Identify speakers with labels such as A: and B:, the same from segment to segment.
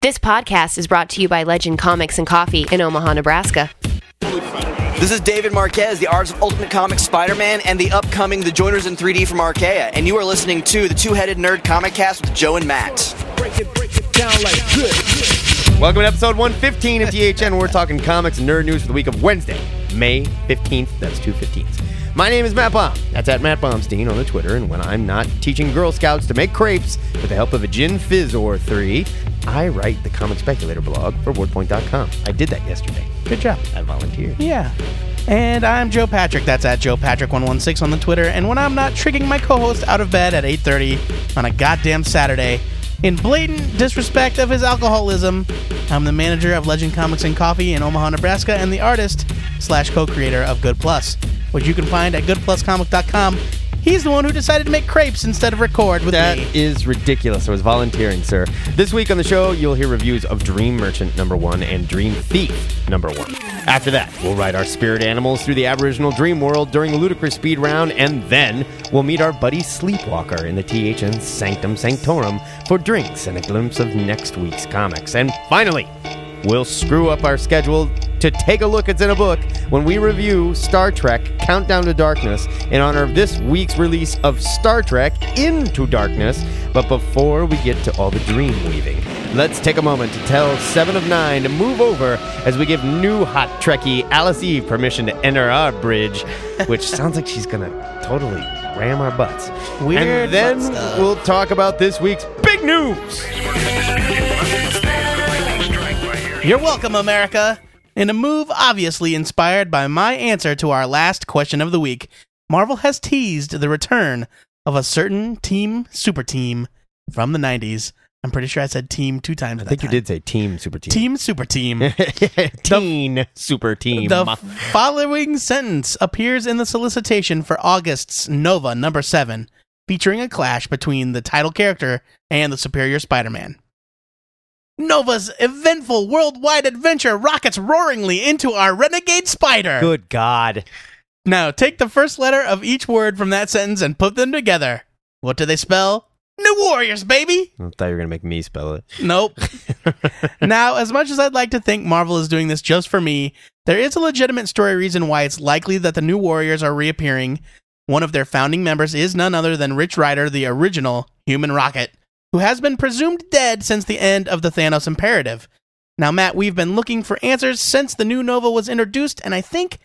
A: This podcast is brought to you by Legend Comics and Coffee in Omaha, Nebraska.
B: This is David Marquez, the artist of Ultimate Comics Spider Man and the upcoming The Joiners in 3D from Arkea. And you are listening to the Two Headed Nerd Comic Cast with Joe and Matt.
C: Welcome to episode 115 of THN. We're talking comics and nerd news for the week of Wednesday, May 15th. That's 215th. My name is Matt Baum. That's at Matt Baumstein on the Twitter. And when I'm not teaching Girl Scouts to make crepes with the help of a gin fizz or three, I write the Comic Speculator blog for WordPoint.com. I did that yesterday.
D: Good job.
C: I volunteered.
D: Yeah. And I'm Joe Patrick. That's at Joe Patrick116 on the Twitter. And when I'm not tricking my co-host out of bed at 8:30 on a goddamn Saturday, in blatant disrespect of his alcoholism, I'm the manager of Legend Comics and Coffee in Omaha, Nebraska, and the artist slash co-creator of Good Plus, which you can find at goodpluscomic.com. He's the one who decided to make crepes instead of record with
C: That
D: me.
C: is ridiculous. I was volunteering, sir. This week on the show, you'll hear reviews of Dream Merchant number one and Dream Thief number one. After that, we'll ride our spirit animals through the Aboriginal dream world during the Ludicrous Speed Round, and then we'll meet our buddy Sleepwalker in the THN Sanctum Sanctorum for drinks and a glimpse of next week's comics. And finally, we'll screw up our schedule to take a look at in a book when we review Star Trek Countdown to Darkness in honor of this week's release of Star Trek Into Darkness. But before we get to all the dream weaving, let's take a moment to tell Seven of Nine to move over as we give new hot Trekkie Alice Eve permission to enter our bridge, which sounds like she's gonna totally ram our butts.
D: Weird
C: and then
D: butt stuff.
C: we'll talk about this week's big news.
D: You're welcome, America. In a move obviously inspired by my answer to our last question of the week, Marvel has teased the return of a certain team super team from the 90s. I'm pretty sure I said team two times.
C: I think you did say team super team.
D: Team super team.
C: teen super team.
D: The f- following sentence appears in the solicitation for August's Nova number 7, featuring a clash between the title character and the superior Spider Man. Nova's eventful worldwide adventure rockets roaringly into our renegade spider.
C: Good God.
D: Now, take the first letter of each word from that sentence and put them together. What do they spell? New Warriors, baby!
C: I thought you were going to make me spell it.
D: Nope. now, as much as I'd like to think Marvel is doing this just for me, there is a legitimate story reason why it's likely that the new Warriors are reappearing. One of their founding members is none other than Rich Rider, the original Human Rocket, who has been presumed dead since the end of the Thanos Imperative. Now, Matt, we've been looking for answers since the new Nova was introduced, and I think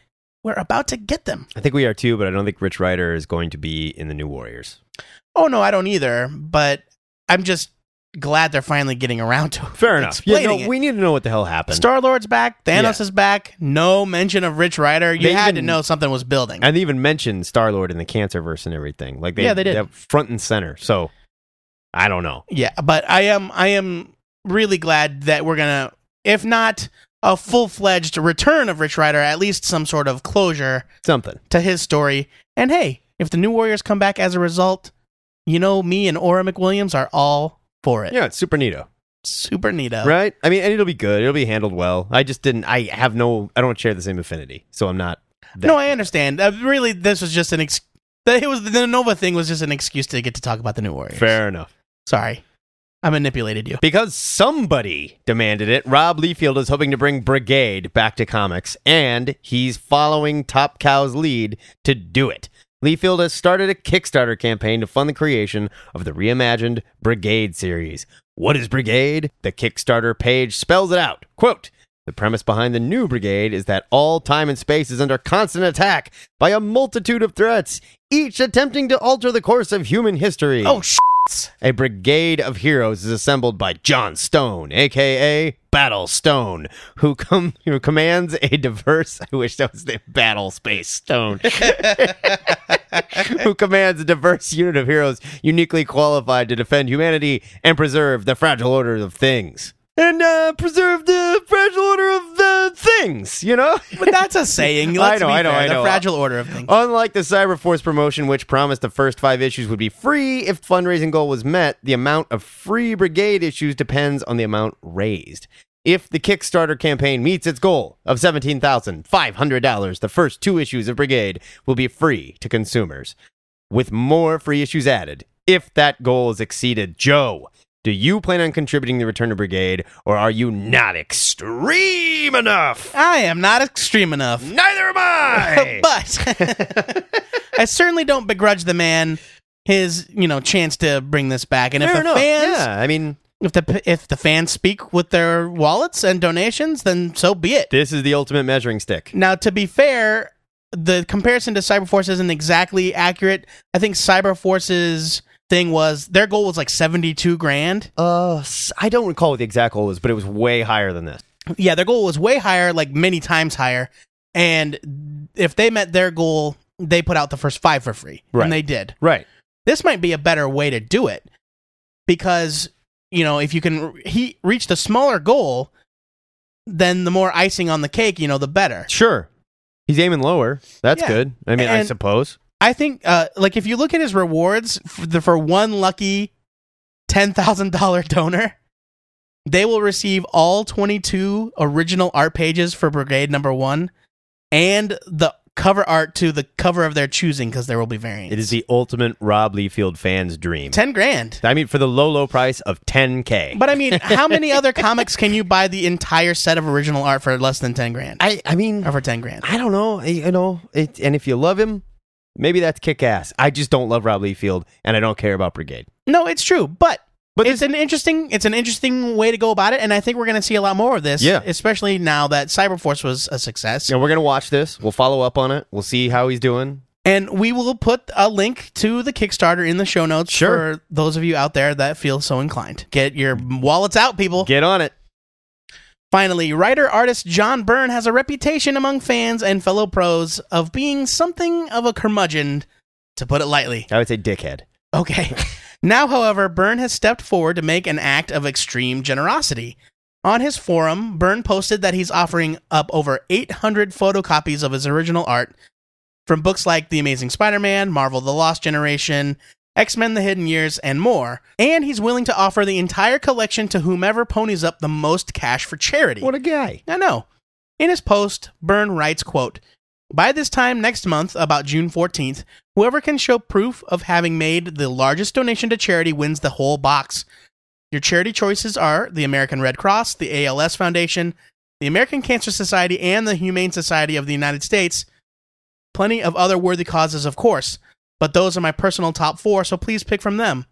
D: we're about to get them.
C: I think we are too, but I don't think Rich Rider is going to be in the New Warriors.
D: Oh, no, I don't either, but I'm just glad they're finally getting around to
C: Fair enough. Yeah,
D: Explaining
C: no,
D: it.
C: we need to know what the hell happened.
D: Star Lord's back. Thanos
C: Yeah.
D: is back. No mention of Rich Rider. You
C: They
D: had
C: even-
D: to know something was building.
C: and they even mentioned Star Lord in the Cancerverse and everything. Like they,
D: Yeah, they did.
C: they're front and center. So I don't know.
D: yeah, but I am I am really glad that we're gonna, if not a full fledged return of Rich Rider, at least some sort of closure
C: Something.
D: to his story. And hey, if the new Warriors come back as a result, you know me and Aura McWilliams are all for it.
C: Yeah, it's super neato.
D: Super neato.
C: Right? I mean, and it'll be good. It'll be handled well. I just didn't, I have no, I don't share the same affinity. So I'm not. that-
D: No, I understand. Uh, really, this was just an ex. It was the Nova thing was just an excuse to get to talk about the new Warriors.
C: Fair enough.
D: Sorry, I manipulated you.
C: Because somebody demanded it, Rob Liefeld is hoping to bring Brigade back to comics, and he's following Top Cow's lead to do it. Liefeld has started a Kickstarter campaign to fund the creation of the reimagined Brigade series. What is Brigade? The Kickstarter page spells it out. Quote, the premise behind the new brigade is that all time and space is under constant attack by a multitude of threats, each attempting to alter the course of human history.
D: Oh sh!
C: A brigade of heroes is assembled by John Stone, aka Battle Stone, who com- who commands a diverse. I wish that was the Battle Space Stone. who commands a diverse unit of heroes uniquely qualified to defend humanity and preserve the fragile order of things. And uh, preserve the fragile order of the things, you know?
D: But that's a saying.
C: I
D: Let's
C: know,
D: be
C: I know,
D: fair,
C: I know. Oh.
D: The fragile order of things.
C: Unlike the Cyberforce promotion, which promised the first five issues would be free if fundraising goal was met, the amount of free Brigade issues depends on the amount raised. If the Kickstarter campaign meets its goal of $17,500, the first two issues of Brigade will be free to consumers, with more free issues added if that goal is exceeded. Joe, Do you plan on contributing the Return to Brigade, or are you not extreme enough?
D: I am not extreme enough.
C: Neither am I.
D: but I certainly don't begrudge the man his, you know, chance to bring this back. And if
C: Fair
D: the
C: enough.
D: fans
C: yeah, I mean,
D: if the if the fans speak with their wallets and donations, then so be it.
C: this is the ultimate measuring stick.
D: Now, to be fair, the comparison to Cyberforce isn't exactly accurate. I think Cyberforce's thing was their goal was like 72 grand.
C: Uh, s- I don't recall what the exact goal was, but it was way higher than this.
D: Yeah, their goal was way higher, like many times higher. And if they met their goal, they put out the first 5 for free.
C: Right.
D: And they did.
C: Right.
D: This might be a better way to do it because you know, if you can re- he reach the smaller goal, then the more icing on the cake, you know, the better.
C: Sure. He's aiming lower. That's
D: Yeah.
C: good. I mean, I
D: And-
C: suppose.
D: I think, uh, like, if you look at his rewards for, the, for one lucky ten thousand dollar donor, they will receive all twenty two original art pages for Brigade Number One, and the cover art to the cover of their choosing because there will be variants.
C: It is the ultimate Rob Liefeld fan's dream.
D: ten grand.
C: I mean, for the low, low price of 10K.
D: But I mean, how many other comics can you buy the entire set of original art for less than ten grand?
C: I, I mean,
D: or for ten grand?
C: I don't know. I- You know, it, and if you love him, maybe that's kick ass. I just don't love Rob Liefeld, and I don't care about Brigade.
D: No, it's true, but.
C: But
D: But it's an interesting it's an interesting way to go about it, and I think we're going to see a lot more of this.
C: Yeah.
D: especially now that Cyberforce was a success,
C: And we're gonna watch this. We'll follow up on it. We'll see how he's doing.
D: and we will put a link to the Kickstarter in the show notes
C: Sure.
D: for those of you out there that feel so inclined. Get your wallets out, people.
C: Get on it.
D: Finally, writer artist John Byrne has a reputation among fans and fellow pros of being something of a curmudgeon, to put it lightly.
C: I would say dickhead.
D: Okay. now, however, Byrne has stepped forward to make an act of extreme generosity. On his forum, Byrne posted that he's offering up over 800 photocopies of his original art from books like The Amazing Spider Man, Marvel The Lost Generation, X Men The Hidden Years, and more. And he's willing to offer the entire collection to whomever ponies up the most cash for charity.
C: What a guy.
D: I know. In his post, Byrne writes, quote, By this time next month, about June 14th, whoever can show proof of having made the largest donation to charity wins the whole box. Your charity choices are the American Red Cross, the ALS Foundation, the American Cancer Society, and the Humane Society of the United States. Plenty of other worthy causes, of course, but those are my personal top four, so please pick from them.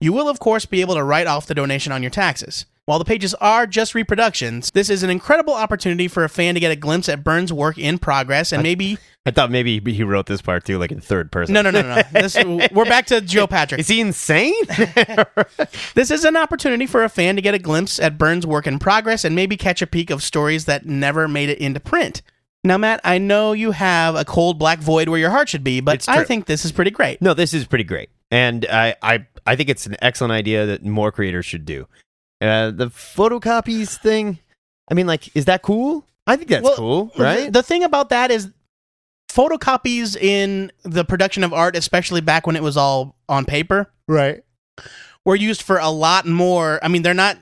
D: You will, of course, be able to write off the donation on your taxes. While the pages are just reproductions, this is an incredible opportunity for a fan to get a glimpse at Burns' work in progress and maybe.
C: I thought maybe he wrote this part too, like in third person.
D: No, no, no, no. no. This, we're back to Joe Patrick.
C: Is he insane?
D: This is an opportunity for a fan to get a glimpse at Burns' work in progress and maybe catch a peek of stories that never made it into print. Now, Matt, I know you have a cold black void where your heart should be, but
C: It's
D: I
C: true.
D: think this is pretty great.
C: no, this is pretty great, and I, I, I think it's an excellent idea that more creators should do. Uh, the photocopies thing. I mean, like, is that cool? I think that's
D: Well,
C: cool, right?
D: The, the thing about that is photocopies in the production of art, especially back when it was all on paper,
C: right.
D: were used for a lot more. I mean, they're not,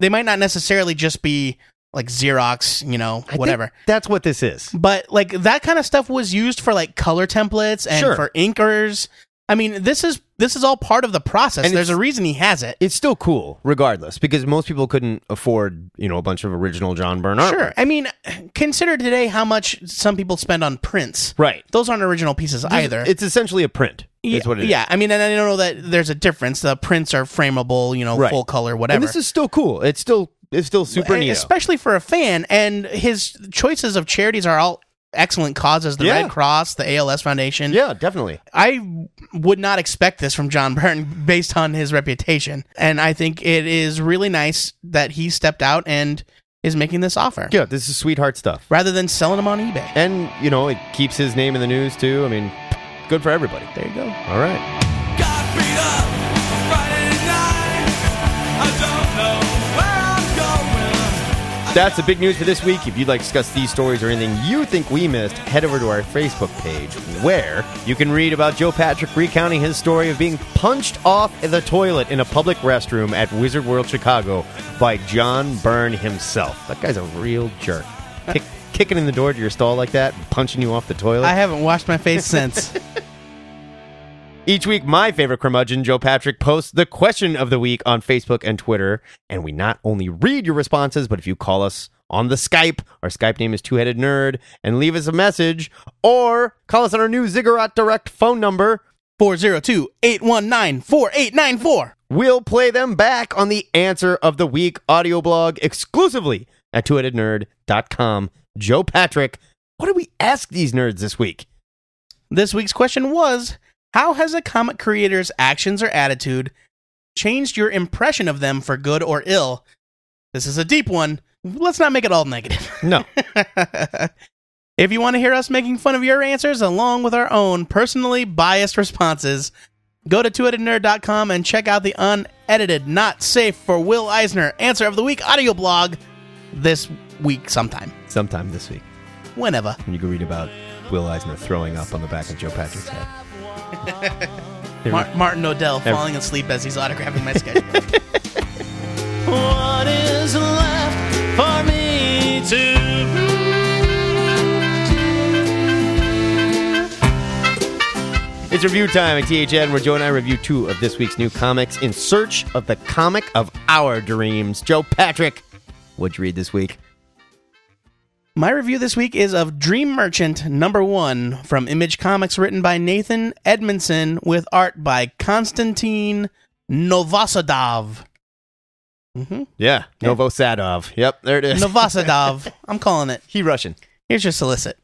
D: they might not necessarily just be like Xerox, you know,
C: think-
D: whatever.
C: That's what this is.
D: but like that kind of stuff was used for like color templates and
C: Sure.
D: for inkers. I mean, this is this is all part of the process.
C: And
D: There's
C: it's-
D: a reason he has it.
C: It's still cool, regardless, because most people couldn't afford, you know, a bunch of original John Byrne artwork.
D: Sure. I mean, consider today how much some people spend on prints.
C: Right.
D: Those aren't original pieces either.
C: It's essentially a print.
D: yeah,
C: Is what it is.
D: yeah. I mean, and I know that there's a difference. The prints are frameable, you know,
C: Right.
D: full color, whatever.
C: And this is still cool. It's still it's still super
D: And
C: neat.
D: especially for a fan. And his choices of charities are all excellent causes: the
C: Yeah.
D: Red Cross, the ALS Foundation.
C: Yeah, definitely.
D: I would not expect this from John Byrne based on his reputation. And I think it is really nice that he stepped out and is making this offer
C: Yeah, this is sweetheart stuff.
D: rather than selling them on eBay.
C: And, you know, it keeps his name in the news too. I mean, good for everybody.
D: There you go.
C: All right.
E: Got beat up Friday night. I don't know where I'm going.
C: That's the big news for this week. If you'd like to discuss these stories or anything you think we missed, head over to our Facebook page where you can read about Joe Patrick recounting his story of being punched off the toilet in a public restroom at Wizard World Chicago by John Byrne himself. That guy's a real jerk. Kick, kicking in the door to your stall like that, punching you off the toilet.
D: I haven't washed my face since.
C: Each week, my favorite curmudgeon, Joe Patrick, posts the question of the week on Facebook and Twitter. And we not only read your responses, but if you call us on the Skype, our Skype name is Two Headed Nerd, and leave us a message, or call us on our new Ziggurat Direct phone number,
D: 402 819 4894.
C: We'll play them back on the Answer of the Week audio blog exclusively at twoheadednerd.com. Joe Patrick, what did we ask these nerds this week?
D: This week's question was How has a comic creator's actions or attitude changed your impression of them for good or ill? This is a deep one. Let's not make it all negative.
C: No.
D: if you want to hear us making fun of your answers along with our own personally biased responses, go to twoheadednerd.com and check out the unedited, not safe for Will Eisner answer of the week audio blog this week sometime.
C: Sometime this week,
D: Whenever.
C: when you go read about Will Eisner throwing up on the back of Joe Patrick's head.
D: Mar- Martin Odell falling asleep as he's autographing my schedule.
F: What is left for me to
C: It's review time at THN, where Joe and I review two of this week's new comics in search of the comic of our dreams. Joe Patrick, what'd you read this week?
D: My review this week is of Dream Merchant number one from Image Comics, written by Nathan Edmondson with art by Konstantin Novosadov. Mm-hmm.
C: Yeah, Novosadov. Yep, there it is.
D: Novosadov, I'm calling it.
C: he Russian.
D: Here's your solicit.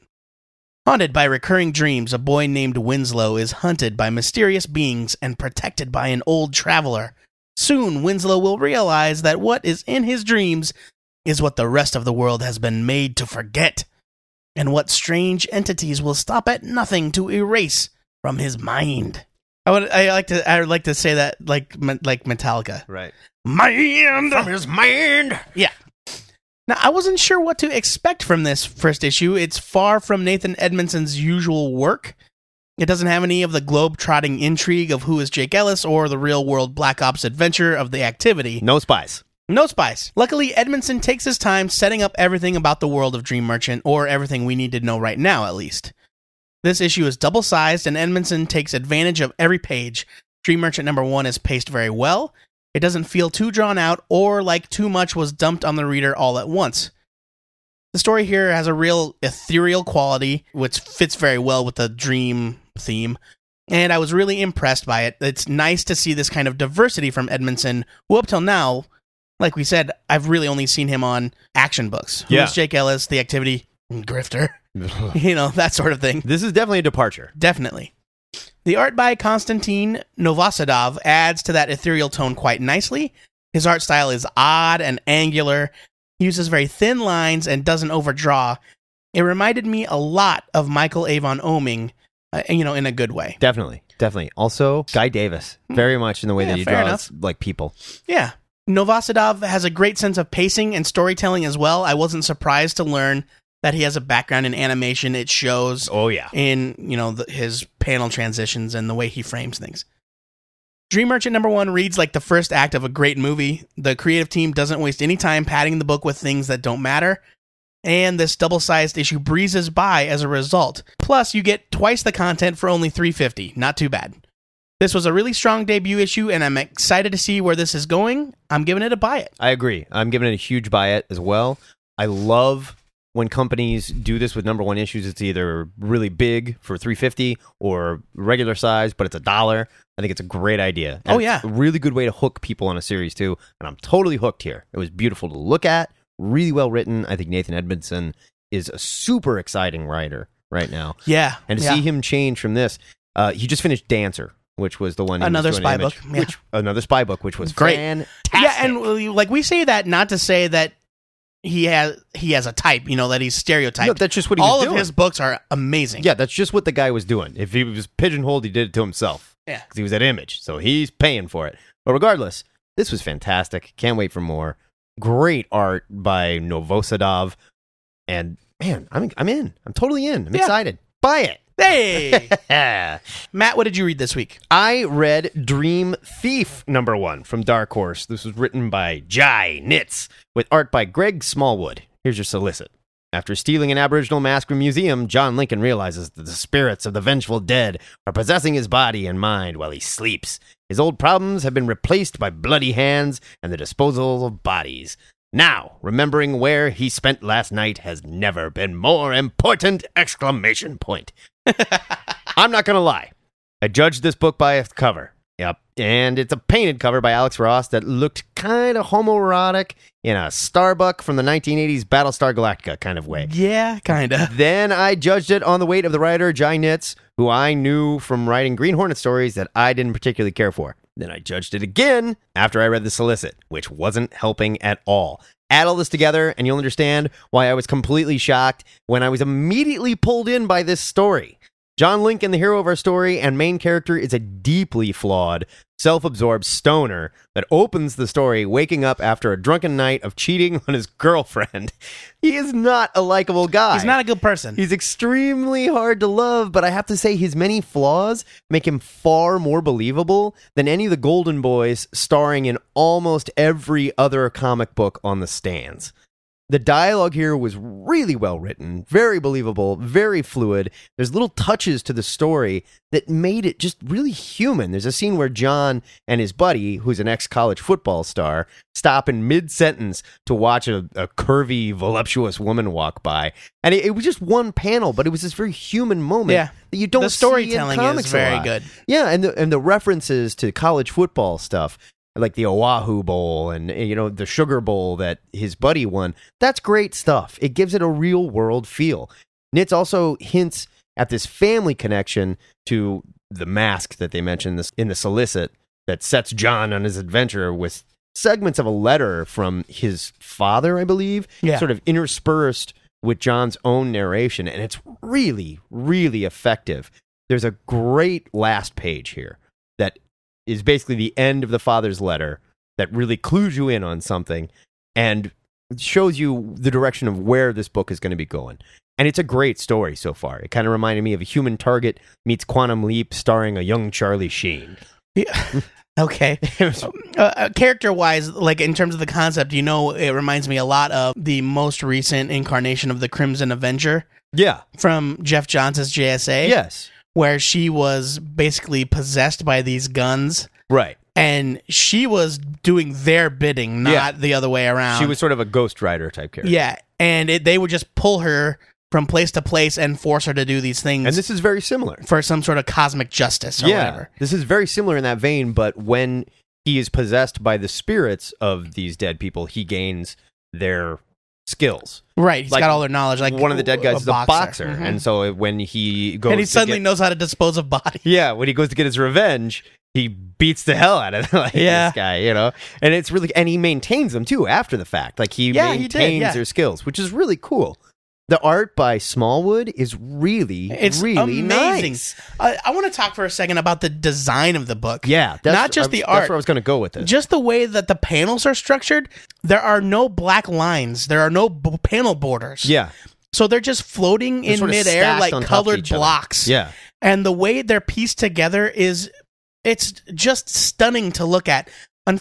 D: Haunted by recurring dreams, a boy named Winslow is hunted by mysterious beings and protected by an old traveler. Soon, Winslow will realize that what is in his dreams is what the rest of the world has been made to forget, and what strange entities will stop at nothing to erase from his mind. I would, I like to, I would like to say that like, like Metallica.
C: Right.
D: Mind
C: From his mind.
D: yeah. Now, I wasn't sure what to expect from this first issue. It's far from Nathan Edmondson's usual work. It doesn't have any of the globe-trotting intrigue of who is Jake Ellis or the real-world Black Ops adventure of the activity.
C: No spies.
D: No spies. Luckily, Edmondson takes his time setting up everything about the world of Dream Merchant, or everything we need to know right now, at least. This issue is double sized, and Edmondson takes advantage of every page. Dream Merchant number one is paced very well. It doesn't feel too drawn out or like too much was dumped on the reader all at once. The story here has a real ethereal quality, which fits very well with the dream theme, and I was really impressed by it. It's nice to see this kind of diversity from Edmondson, who up till now like we said, I've really only seen him on action books.
C: Yeah.
D: Who's Jake Ellis, The Activity, Grifter, you know, that sort of thing.
C: This is definitely a departure.
D: Definitely. The art by Konstantin Novosadov adds to that ethereal tone quite nicely. His art style is odd and angular, he uses very thin lines, and doesn't overdraw. It reminded me a lot of Michael Avon Oming, uh, you know, in a good way.
C: Definitely. Definitely. Also, Guy Davis, very much in the way
D: Hmm. Yeah,
C: that he
D: fair
C: draws like people.
D: Yeah. Novosadov has a great sense of pacing and storytelling as well. I wasn't surprised to learn that he has a background in animation. It shows
C: Oh yeah.
D: in, you know, the, his panel transitions and the way he frames things. Dream Merchant number 1 reads like the first act of a great movie. The creative team doesn't waste any time padding the book with things that don't matter. And this double-sized issue breezes by as a result. Plus, you get twice the content for only 350. Not too bad. This was a really strong debut issue, and I'm excited to see where this is going. I'm giving it a buy it.
C: I agree. I'm giving it a huge buy it as well. I love when companies do this with number one issues. It's either really big for 350 or regular size, but it's a dollar. I think it's a great idea.
D: Oh,
C: it's
D: yeah.
C: a really good way to hook people on a series too. And I'm totally hooked here. It was beautiful to look at, really well written. I think Nathan Edmondson is a super exciting writer right now,
D: Yeah.
C: and to
D: yeah.
C: see him change from this, uh, he just finished Dancer. Which was the one he was
D: Another
C: doing
D: spy
C: image,
D: book, yeah.
C: which another spy book, which was
D: Great.
C: fantastic.
D: Yeah, and we- like we say that not to say that he has he has a type, you know, that he's stereotyped.
C: No, that's just what he was
D: All of
C: doing.
D: his books are amazing.
C: Yeah, that's just what the guy was doing. If he was pigeonholed, he did it to himself.
D: Yeah.
C: Because he was at Image. So he's paying for it. But regardless, this was fantastic. Can't wait for more. Great art by Novosadov. And man, I'm, I'm in. I'm totally in. I'm
D: Yeah.
C: excited. Buy
D: Hey,
C: it.
D: Matt, what did you read this week?
C: I read Dream Thief number one from Dark Horse. This was written by Jai Nitz with art by Greg Smallwood. Here's your solicit. After stealing an Aboriginal mask from a museum, John Lincoln realizes that the spirits of the vengeful dead are possessing his body and mind while he sleeps. His old problems have been replaced by bloody hands and the disposal of bodies. Now, remembering where he spent last night has never been more important! Exclamation point. I'm not gonna lie. I judged this book by its cover. Yep. And it's a painted cover by Alex Ross that looked kind of homoerotic in a Starbuck from the 1980s Battlestar Galactica kind of way.
D: Yeah, kind of.
C: Then I judged it on the weight of the writer Jai Nitz, who I knew from writing Green Hornet stories that I didn't particularly care for. Then I judged it again after I read the solicit, which wasn't helping at all. Add all this together, and you'll understand why I was completely shocked when I was immediately pulled in by this story. John Lincoln, the hero of our story and main character, is a deeply flawed, self absorbed stoner that opens the story waking up after a drunken night of cheating on his girlfriend. He is not a likable guy.
D: He's not a good person.
C: He's extremely hard to love, but I have to say his many flaws make him far more believable than any of the Golden Boys starring in almost every other comic book on the stands. The dialogue here was really well written, very believable, very fluid. There's little touches to the story that made it just really human. There's a scene where John and his buddy, who's an ex college football star, stop in mid sentence to watch a, a curvy, voluptuous woman walk by. And it, it was just one panel, but it was this very human moment
D: Yeah.
C: that you don't
D: The
C: see in
D: storytelling is
C: comics a
D: very
C: lot.
D: good.
C: Yeah, and the and the references to college football stuff, like the Oahu Bowl and eh, you know the Sugar Bowl that his buddy won. That's great stuff. It gives it a real world feel. Nitz also hints at this family connection to the mask that they mentioned this in the solicit that sets John on his adventure with segments of a letter from his father, I believe,
D: Yeah.
C: sort of interspersed with John's own narration, and it's really, really effective. There's a great last page here that is basically the end of the father's letter that really clues you in on something and shows you the direction of where this book is going to be going. And it's a great story so far. It kind of reminded me of a human target meets Quantum Leap starring a young Charlie Sheen.
D: Yeah. okay.
C: It's
D: Uh, character wise, like in terms of the concept, you know, it reminds me a lot of the most recent incarnation of the Crimson Avenger
C: Yeah.
D: from Jeff Johnson's JSA.
C: Yes.
D: Where she was basically possessed by these guns
C: Right.
D: and she was doing their bidding, not
C: Yeah.
D: the other way around.
C: She was sort of a Ghost Rider type character.
D: Um, Yeah. And it, they would just pull her from place to place and force her to do these things
C: And this is very similar.
D: for some sort of cosmic justice or whatever.
C: This is very similar in that vein, but when he is possessed by the spirits of these dead people, he gains their skills.
D: Right. he's
C: Like,
D: got all their knowledge. Like
C: One of the dead guys is a boxer,
D: Mhm.
C: and so when he goes
D: and he
C: to
D: suddenly
C: get-
D: knows how to dispose of bodies.
C: yeah, when he goes to get his revenge, he beats the hell out of like,
D: Yeah.
C: this guy, you know. And it's really and he maintains them too after the fact. Like he
D: Yeah, he
C: maintains
D: did, yeah.
C: their skills, which is really cool. The art by Smallwood is really,
D: It's
C: really
D: amazing.
C: nice.
D: I, I want to talk for a second about the design of the book.
C: Yeah, that's,
D: Not
C: I-
D: just the
C: That's
D: art.
C: where I was going to go with this.
D: Just the way that the panels are structured, there are no black lines. There are no b- panel borders.
C: yeah,
D: So they're just floating
C: They're
D: in
C: sorta
D: midair
C: stacked
D: like
C: on top of
D: colored
C: each other.
D: blocks.
C: yeah.
D: And the way they're pieced together is it's just stunning to look at.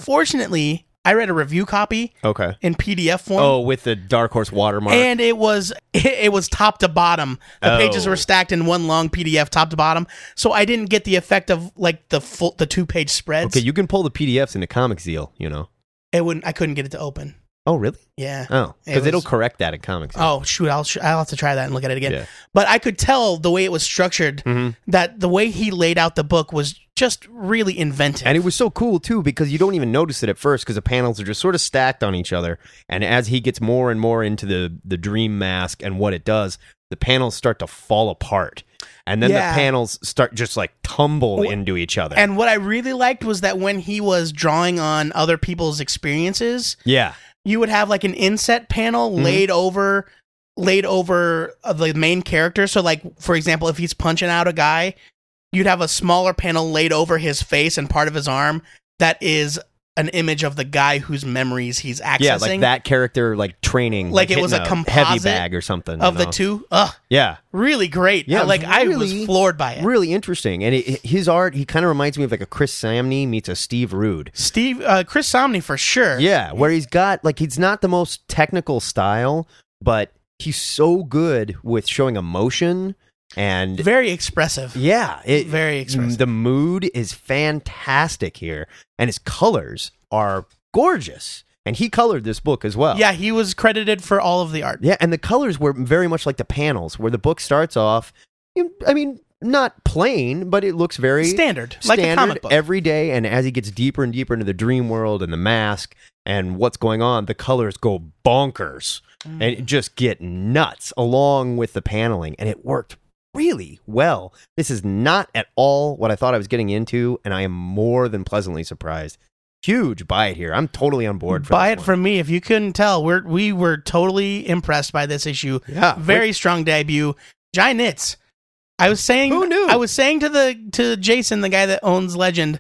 D: Unfortunately, I read a review copy
C: Okay.
D: in PDF form.
C: Oh, with the Dark Horse watermark.
D: Um, and it was it, it was top to bottom. The
C: Oh.
D: pages were stacked in one long PDF, top to bottom. So I didn't get the effect of like the full the two page spreads.
C: okay, you can pull the PDFs into Comic Zeal, you know.
D: it wouldn't. I couldn't get it to open.
C: Oh, really?
D: Yeah.
C: Oh,
D: It
C: because
D: was-
C: it'll correct that at Comic Zeal.
D: Oh shoot! I'll sh- I'll have to try that and look at it again.
C: Yeah. Mm-hmm.
D: But I could tell the way it was structured that the way he laid out the book was just really inventive.
C: And it was so cool too because you don't even notice it at first because the panels are just sort of stacked on each other. And as he gets more and more into the the dream mask and what it does, the panels start to fall apart, and then
D: Yeah.
C: the panels start just like tumble
D: Well,
C: into each other.
D: And what I really liked was that when he was drawing on other people's experiences,
C: yeah,
D: you would have like an inset panel
C: Mm-hmm.
D: laid over laid over uh, the main character so like for example if he's punching out a guy you'd have a smaller panel laid over his face and part of his arm that is an image of the guy whose memories he's accessing
C: yeah, like that character like training,
D: Like it was
C: hitting
D: a
C: heavy
D: composite
C: bag or something
D: of
C: you
D: the
C: know?
D: two ugh
C: Yeah,
D: really great
C: Yeah,
D: yeah like i was
C: really-
D: floored by it
C: really interesting. And it, his art, he kind of reminds me of like a Chris Samney meets a Steve Rude.
D: steve uh chris somney for sure
C: Yeah, where he's got like he's not the most technical style, but he's so good with showing emotion and
D: Very expressive.
C: yeah, it,
D: Very expressive.
C: The mood is fantastic here, and his colors are gorgeous. And he colored this book as well.
D: Yeah, he was credited for all of the art.
C: yeah, and the colors were very much like the panels, where the book starts off. you- I mean, not plain, but it looks very
D: Standard, like the
C: standard
D: comic book.
C: every day. And as he gets deeper and deeper into the dream world and the mask and what's going on, the colors go bonkers
D: Mm.
C: and just get nuts along with the paneling. And it worked really well. This is not at all what I thought I was getting into, and I am more than pleasantly surprised. Huge buy it here. I'm totally on board. For
D: Buy it
C: this one.
D: from me if you couldn't tell. We're we were totally impressed by this issue.
C: Yeah.
D: very strong debut. Giant knits. I was saying,
C: Who knew?
D: I was saying to the to Jason, the guy that owns Legend.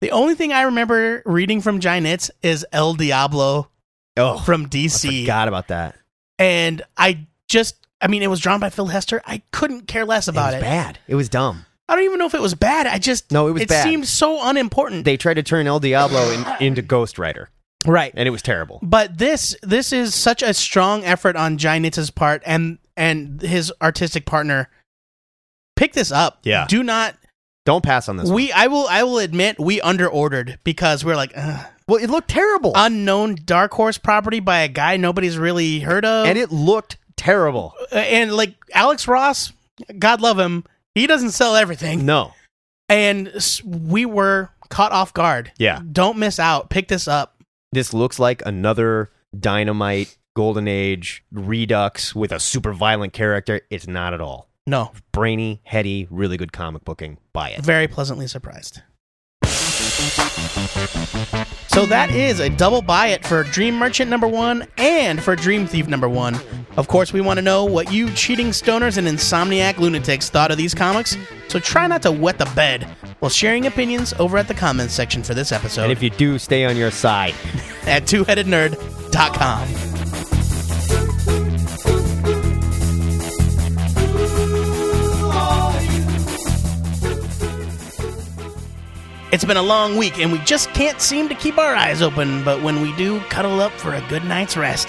D: The only thing I remember reading from Giant Knits is El Diablo
C: Oh,
D: from
C: I
D: DC,
C: forgot about that.
D: and I just, I mean, it was drawn by Phil Hester. I couldn't care less about
C: it
D: it.
C: was bad. It was dumb.
D: I don't even know if it was bad. I just
C: No, it was
D: It
C: bad.
D: seemed so unimportant.
C: They tried to turn El Diablo in, into Ghost Rider,
D: right.
C: and it was terrible.
D: but this this is such a strong effort on Giannitz's part and and his artistic partner. Pick this up.
C: Yeah.
D: Do not
C: Don't pass on this. one.
D: we I will I will admit we underordered because we're like "Ugh."
C: Well, it looked terrible,
D: unknown dark horse property by a guy nobody's really heard of
C: and it looked terrible.
D: Uh, and like Alex Ross, God love him, he doesn't sell everything.
C: No,
D: And s- we were caught off guard.
C: Yeah.
D: Don't miss out. Pick this up.
C: this looks like another dynamite golden age redux with a super violent character. It's not at all
D: No.
C: brainy, heady, really good comic booking. Buy it.
D: Very pleasantly surprised. So that is a double buy it for Dream Merchant number one and for Dream Thief number one. Of course, we want to know what you cheating stoners and insomniac lunatics thought of these comics, so try not to wet the bed while sharing opinions over at the comments section for this
C: And
D: episode
C: if you do, stay on your side.
D: at twoheadednerd.com. It's been a long week, and we just can't seem to keep our eyes open, but when we do cuddle up for a good night's rest,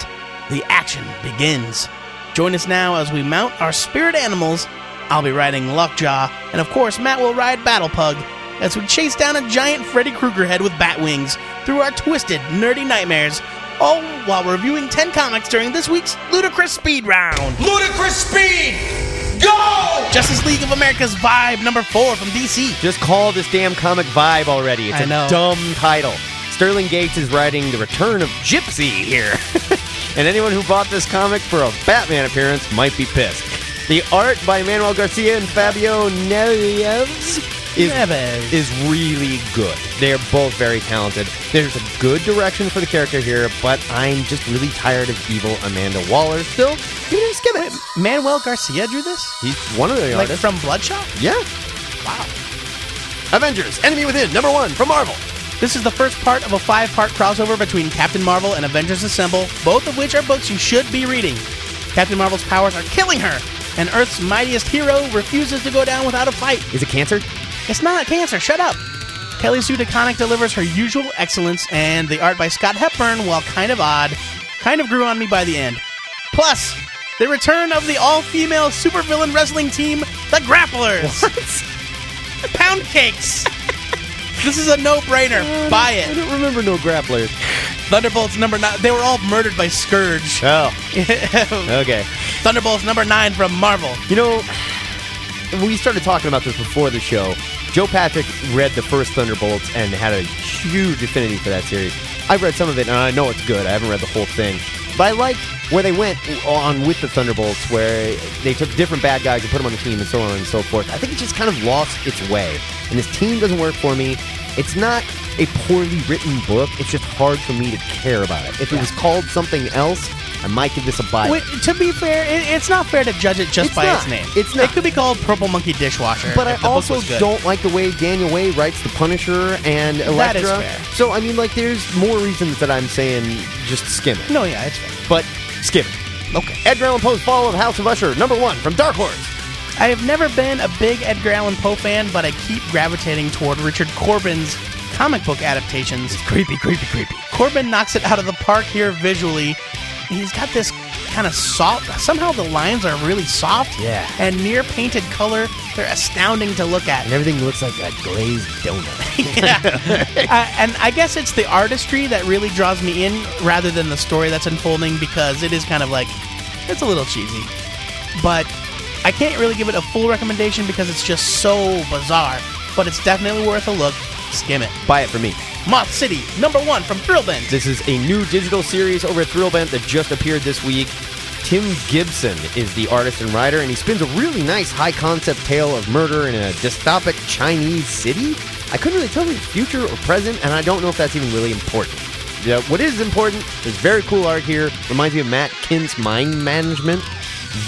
D: the action begins. Join us now as we mount our spirit animals. I'll be riding Lockjaw, and of course, Matt will ride Battle Pug as we chase down a giant Freddy Krueger head with bat wings through our twisted, nerdy nightmares, all while reviewing 10 comics during this week's Ludicrous Speed Round.
E: Ludicrous speed! Go!
D: Justice League of America's Vibe number 4 from DC.
C: Just call this damn comic vibe already. It's
D: I
C: a
D: know.
C: dumb title. Sterling Gates is writing The Return of Gypsy here. and anyone who bought this comic for a Batman appearance might be pissed. The art by Manuel Garcia and Fabio Neves is
D: Neves.
C: is really good. They're both very talented. There's a good direction for the character here, but I'm just really tired of evil Amanda Waller. Still, you can skip it.
D: Manuel Garcia drew this?
C: He's one of the
D: Like
C: artists.
D: from Bloodshot?
C: yeah. Wow. Avengers: Enemy Within, number one from Marvel.
D: This is the first part of a five part crossover between Captain Marvel and Avengers Assemble, both of which are books you should be reading. Captain Marvel's powers are killing her, and Earth's mightiest hero refuses to go down without a fight.
C: Is it cancer?
D: It's not cancer, shut up! Kelly Sue DeConnick delivers her usual excellence, and the art by Scott Hepburn, while kind of odd, kind of grew on me by the end. Plus, the return of the all female supervillain wrestling team, the Grapplers! Pound cakes! this is a no brainer. Buy it.
C: don't remember no grapplers.
D: Thunderbolts number nine. They were all murdered by Scourge.
C: Oh, okay.
D: Thunderbolts number nine from Marvel.
C: You know, we started talking about this before the show. Joe Patrick read the first Thunderbolts and had a huge affinity for that series. I've read some of it and I know it's good. I haven't read the whole thing. But I like where they went on with the Thunderbolts, where they took different bad guys and put them on the team and so on and so forth. I think it just kind of lost its way. And this team doesn't work for me. It's not a poorly written book. It's just hard for me to care about it. If it was called something else, I might give this a buy.
D: Wait, to be fair, it, it's not fair to judge it just
C: It's
D: by
C: not.
D: its name.
C: It's not.
D: It could be called Purple Monkey Dishwasher.
C: But I
D: if the book
C: also
D: was good.
C: don't like the way Daniel Way writes the Punisher and
D: That
C: Elektra.
D: is fair.
C: So I mean, like, there's more reasons that I'm saying just skim it.
D: No, yeah, it's fair.
C: But skim it. Okay. Edgar Allan Poe's Fall of House of Usher, number one from Dark Horse.
D: I have never been a big Edgar Allan Poe fan, but I keep gravitating toward Richard Corbin's comic book adaptations.
C: Creepy, creepy, creepy.
D: Corbin knocks it out of the park here visually. he's got this kind of soft. Somehow the lines are really soft.
C: Yeah.
D: And near painted color, they're astounding to look at.
C: And everything looks like a glazed donut.
D: uh, and I guess it's the artistry that really draws me in rather than the story that's unfolding because it is kind of like it's a little cheesy. But I can't really give it a full recommendation because it's just so bizarre. But it's definitely worth a look. Skim it.
C: Buy it for me.
D: Moth City, number one from Thrillbent.
C: This is a new digital series over at Thrillbent that just appeared this week. Tim Gibson is the artist and writer, and he spins a really nice high concept tale of murder in a dystopic Chinese city. I couldn't really tell if it's future or present, and I don't know if that's even really important. Yeah, what is important is very cool art here. Reminds me of Matt Kin's mind management.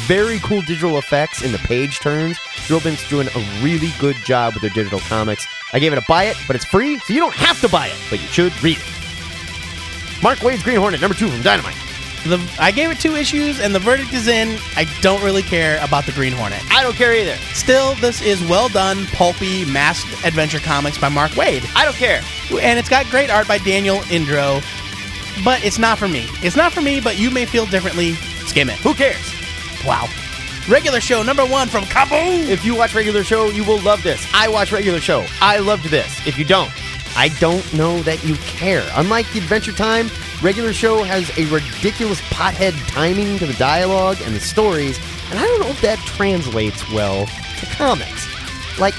C: Very cool digital effects in the page turns. Thrillbent's doing a really good job with their digital comics. I gave it a buy it, but it's free, so you don't have to buy it, but you should read it. Mark Wade's Green Hornet, number two from Dynamite.
D: The, I gave it two issues, and the verdict is in. I don't really care about the Green Hornet.
C: I don't care either.
D: Still, this is well done, pulpy, masked adventure comics by Mark Wade.
C: I don't care.
D: and it's got great art by Daniel Indro, but it's not for me. It's not for me, but you may feel differently. Skim it.
C: Who cares?
D: Wow. Regular show number one from Kaboom!
C: If you watch regular show, you will love this. I watch regular show. I loved this. If you don't, I don't know that you care. Unlike the Adventure Time, regular show has a ridiculous pothead timing to the dialogue and the stories, and I don't know if that translates well to comics. Like,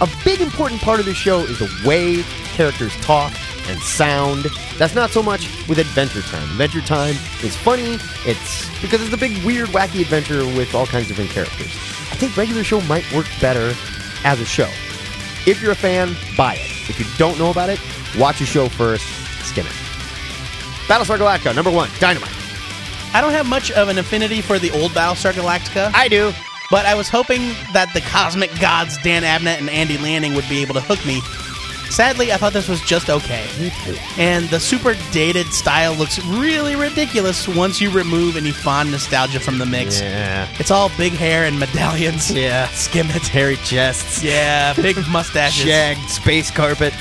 C: a big important part of the show is the way characters talk and sound. That's not so much with Adventure Time. Adventure Time is funny. It's because it's a big weird wacky adventure with all kinds of different characters. I think regular show might work better as a show. If you're a fan, buy it. If you don't know about it, watch a show first. Skim it. Battlestar Galactica number one, Dynamite.
D: I don't have much of an affinity for the old Battlestar Galactica,
C: I do.
D: but I was hoping that the cosmic gods Dan Abnett and Andy Lanning would be able to hook me. Sadly, I thought this was just okay. And the super dated style looks really ridiculous once you remove any fond nostalgia from the mix.
C: Yeah.
D: It's all big hair and medallions.
C: Yeah.
D: Skim it.
C: Hairy chests.
D: Yeah, big mustaches.
C: Shagged space carpet.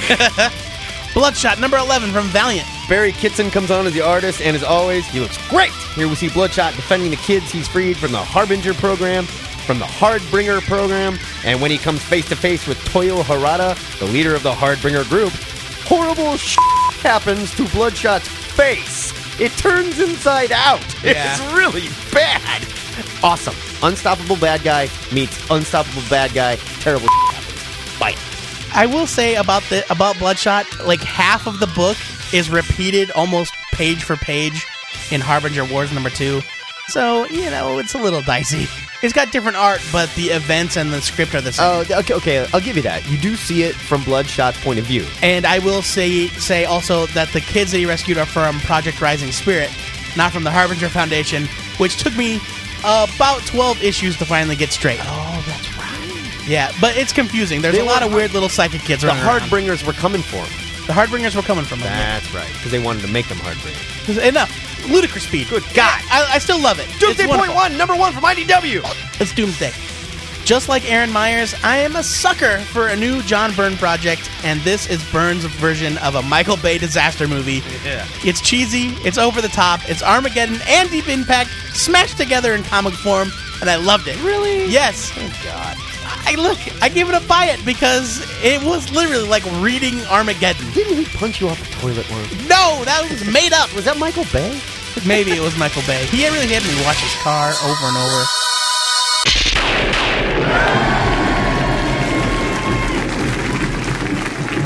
D: Bloodshot number 11 from Valiant.
C: Barry Kitson comes on as the artist, and as always, he looks great. Here we see Bloodshot defending the kids he's freed from the Harbinger program, from the Hardbringer program, and when he comes face to face with Toyo Harada, the leader of the Hardbringer group, horrible sh- happens to Bloodshot's face. It turns inside out.
D: Yeah.
C: It's really bad. Awesome. Unstoppable bad guy meets unstoppable bad guy. Terrible sh- happens. Bye.
D: I will say about the about Bloodshot, like half of the book is repeated almost page for page in Harbinger Wars number 2. So, you know, it's a little dicey. It's got different art, but the events and the script are the same.
C: Oh, okay, okay. I'll give you that. You do see it from Bloodshot's point of view.
D: and I will say say also that the kids that he rescued are from Project Rising Spirit, not from the Harbinger Foundation, which took me about 12 issues to finally get straight.
C: Oh, that's right.
D: Yeah, but it's confusing. There's
C: They
D: a lot
C: were-
D: of weird little psychic kids
C: The
D: running around.
C: Hardbringers were coming for him.
D: The Hardbringers were coming from him.
C: That's right, because they wanted to make them Hardbringers.
D: Enough. Ludicrous speed.
C: Good God.
D: I, I still love it.
C: Doomsday
D: It's
C: Point
D: wonderful.
C: One, number one from IDW.
D: It's Doomsday. Just like Aaron Myers, I am a sucker for a new John Byrne project, and this is Byrne's version of a Michael Bay disaster movie.
C: Yeah.
D: It's cheesy, it's over the top, it's Armageddon and Deep Impact smashed together in comic form, and I loved it.
C: Really?
D: Yes.
C: God.
D: I look, I gave it a buy it because it was literally like reading Armageddon.
C: Didn't he punch you off the toilet once?
D: No, that was made up.
C: Was that Michael Bay?
D: Maybe it was Michael Bay. He really had me watch his car over and over.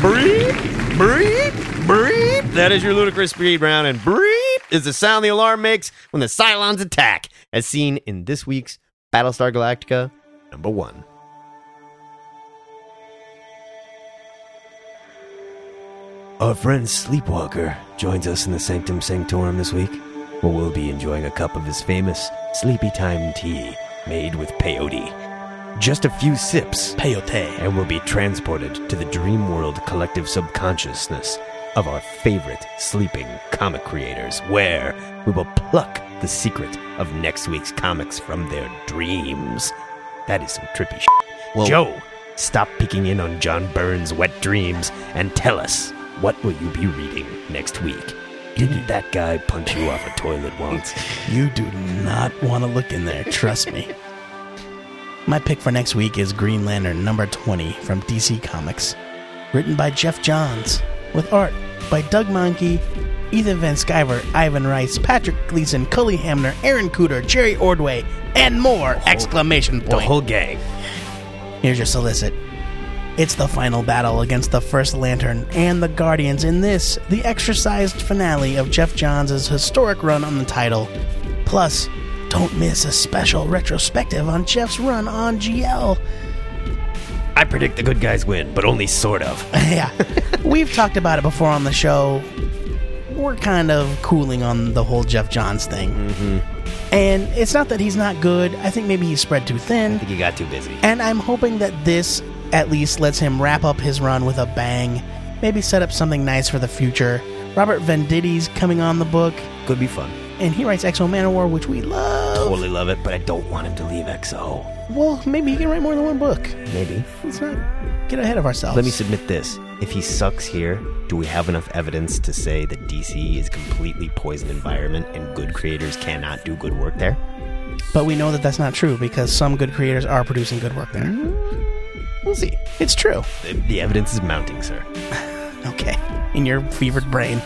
C: Breed, breed, breed. That is your ludicrous speed round, and breed is the sound the alarm makes when the Cylons attack, as seen in this week's Battlestar Galactica number one. Our friend Sleepwalker joins us in the Sanctum Sanctorum this week, where we'll be enjoying a cup of his famous Sleepy Time tea made with peyote. Just a few sips
D: Peyote.
C: and will be transported to the dream world collective subconsciousness of our favorite sleeping comic creators, where we will pluck the secret of next week's comics from their dreams. That is some trippy shit. Joe, stop peeking in on John Byrne's wet dreams and tell us what will you be reading next week. Didn't that guy punch you off a toilet once?
D: You do not want to look in there, trust me. My pick for next week is Green Lantern number 20 from DC Comics, written by Jeff Johns, with art by Doug Monkey, Ethan Van Sciver, Ivan Rice, Patrick Gleason, Cully Hamner, Aaron Cooter, Jerry Ordway, and more! Exclamation
C: The
D: point.
C: whole gang.
D: Here's your solicit. It's the final battle against the First Lantern and the Guardians in this, the exercised finale of Jeff Johns' historic run on the title. Plus, don't miss a special retrospective on Jeff's run on GL.
C: I predict the good guys win, but only sort of.
D: yeah, we've talked about it before on the show. We're kind of cooling on the whole Jeff Johns thing. And it's not that he's not good, I think maybe he's spread too thin.
C: You got too busy.
D: And I'm hoping that this at least lets him wrap up his run with a bang, maybe set up something nice for the future. Robert Venditti's coming on the book,
C: Could be fun.
D: and he writes Exo Manowar, which we love.
C: Totally love it, but I don't want him to leave XO.
D: Well, maybe he can write more than one book.
C: Maybe.
D: Let's not get ahead of ourselves.
C: Let me submit this. If he sucks here, do we have enough evidence to say that DC is a completely poisoned environment and good creators cannot do good work there?
D: But we know that that's not true because some good creators are producing good work there.
C: Mm-hmm.
D: We'll see. It's true.
C: The, the evidence is mounting, sir.
D: Okay. In your fevered brain.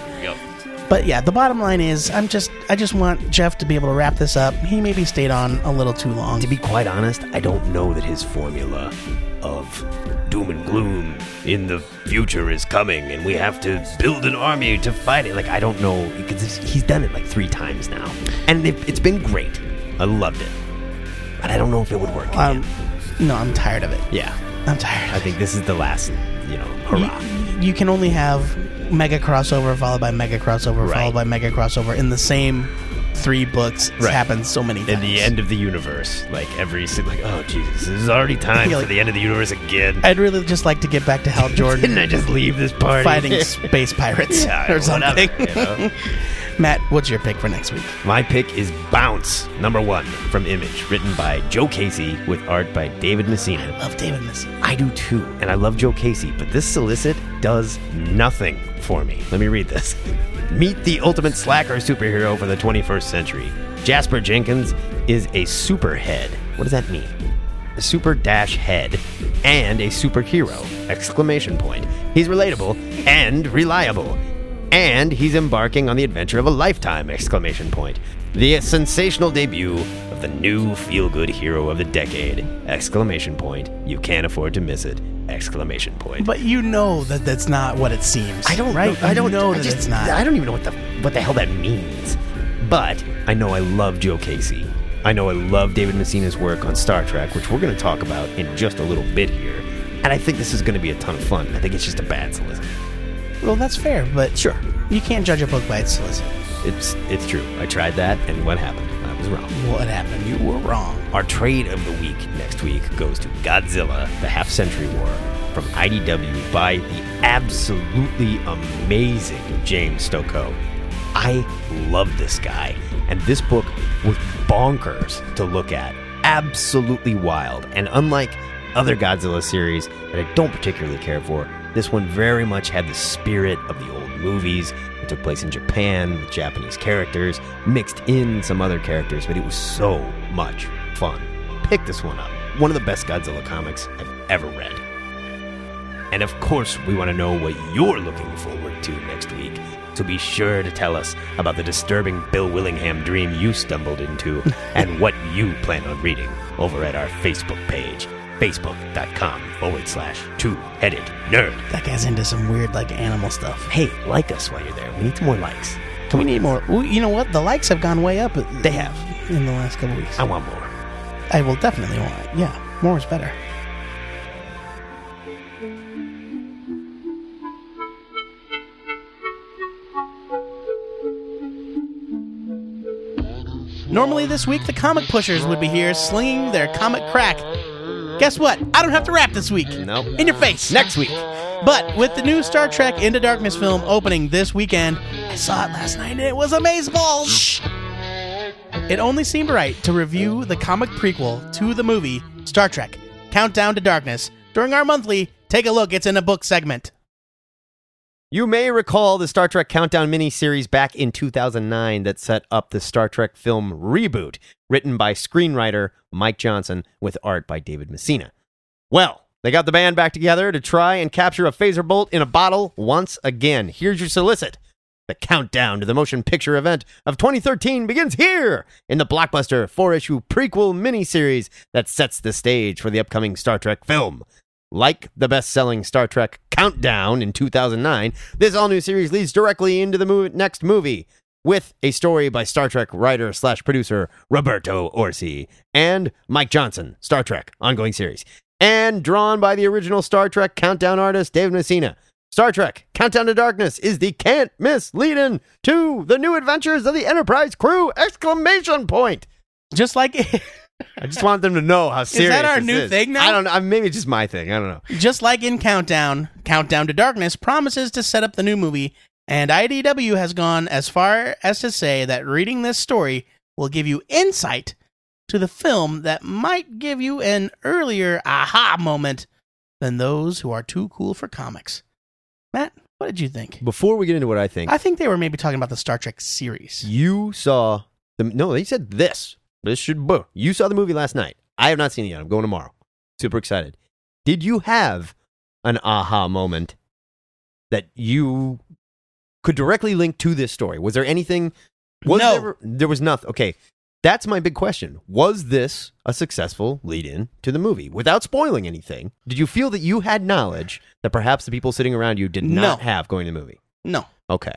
D: But yeah, the bottom line is I'm just I just want Jeff to be able to wrap this up. He maybe stayed on a little too long.
C: To be quite honest, I don't know that his formula of doom and gloom in the future is coming and we have to build an army to fight it. Like, I don't know, because it's- he's done it like three times now. And it, it's been great. I loved it. But I don't know if it would work.
D: Um,
C: again.
D: no, I'm tired of it.
C: yeah.
D: I'm tired.
C: I think this is the last, you know, hurrah.
D: You, you can only have mega crossover followed by mega crossover
C: Right.
D: followed by mega crossover in the same three books. It's
C: Right.
D: happened so many times.
C: And the end of the universe, like every single, like, oh Jesus, this is already time
D: Yeah,
C: for
D: like-
C: the end of the universe again.
D: I'd really just like to get back to Hal
C: Didn't
D: Jordan
C: I just leave this party?
D: fighting space pirates
C: Yeah,
D: or something.
C: whatever, you know?
D: Matt, what's your pick for next week?
C: My pick is Bounce, number one from Image, written by Joe Casey with art by David Messina.
D: Love David Messina.
C: I do too, and I love Joe Casey, but this solicit does nothing for me. Let me read this. Meet the ultimate slacker superhero for the 21st century. Jasper Jenkins is a superhead. What does that mean? a super dash head, and a superhero! Exclamation point. He's relatable and reliable. And he's embarking on the adventure of a lifetime! Exclamation point. The sensational debut of the new feel-good hero of the decade! Exclamation point. You can't afford to miss it! Exclamation point.
D: But you know that that's not what it seems.
C: I don't
D: right?
C: Know, I
D: You
C: don't
D: know
C: I
D: that
C: just-
D: it's not.
C: I don't even know what the what the hell that means. But I know I love Joe Casey. I know I love David Messina's work on Star Trek, which we're going to talk about in just a little bit here. And I think this is going to be a ton of fun. I think it's just a bad solicit.
D: well, that's fair, but
C: Sure.
D: you can't judge a book by its solicit.
C: It's it's true. I tried that, and what happened? I was wrong.
D: What happened? You were wrong.
C: Our trade of the week next week goes to Godzilla, the Half Century War from IDW by the absolutely amazing James Stokoe. I love this guy, and this book was bonkers to look at. Absolutely wild, and unlike other Godzilla series that I don't particularly care for, this one very much had the spirit of the old movies. It took place in Japan with Japanese characters, mixed in some other characters, but it was so much fun. Pick this one up. One of the best Godzilla comics I've ever read. And of course, we want to know what you're looking forward to next week. So be sure to tell us about the disturbing Bill Willingham dream you stumbled into and what you plan on reading over at our Facebook page, facebook.com forward slash two headed nerd.
D: That guy's into some weird, like, animal stuff.
C: Hey, like us while you're there. We need some more likes. Come
D: We
C: on.
D: need more. Ooh, You know what? The likes have gone way up.
C: They have.
D: in the last couple weeks.
C: I want more.
D: I will definitely want it. Yeah, more is better. Normally, this week, the comic pushers would be here slinging their comic crack. Guess what? I don't have to rap this week.
C: Nope.
D: In your face.
C: Next week.
D: But with the new Star Trek Into Darkness film opening this weekend, I saw it last night and it was amazeballs. It only seemed right to review the comic prequel to the movie Star Trek Countdown to Darkness during our monthly Take a Look It's in a Book segment.
C: You may recall the Star Trek Countdown miniseries back in 2009 that set up the Star Trek film reboot, written by screenwriter Mike Johnson with art by David Messina. Well, they got the band back together to try and capture a phaser bolt in a bottle once again. Here's your solicit. The countdown to the motion picture event of 2013 begins here in the blockbuster four issue prequel miniseries that sets the stage for the upcoming Star Trek film. Like the best selling Star Trek Countdown in 2009, this all new series leads directly into the mo- next movie with a story by Star Trek writer slash producer Roberto Orsi and Mike Johnson, Star Trek ongoing series, and drawn by the original Star Trek Countdown artist Dave Messina. Star Trek Countdown to Darkness is the can't miss lead in to the new adventures of the Enterprise crew! Exclamation point!
D: Just like
C: I just want them to know how serious
D: that our
C: this
D: new
C: is.
D: thing now?
C: I don't know. Maybe it's just my thing. I don't know.
D: Just like in Countdown, Countdown to Darkness promises to set up the new movie, and IDW has gone as far as to say that reading this story will give you insight to the film that might give you an earlier aha moment than those who are too cool for comics. Matt, what did you think?
C: Before we get into what I think,
D: I think they were maybe talking about the Star Trek series.
C: you saw the no. They said this. This should boom. You saw the movie last night. I have not seen it yet. I'm going tomorrow. Super excited. Did you have an aha moment that you could directly link to this story? Was there anything? Was
D: No.
C: There, there was nothing. Okay. That's my big question. Was this a successful lead in to the movie? Without spoiling anything, did you feel that you had knowledge that perhaps the people sitting around you did
D: No.
C: not have going to the movie?
D: No.
C: Okay.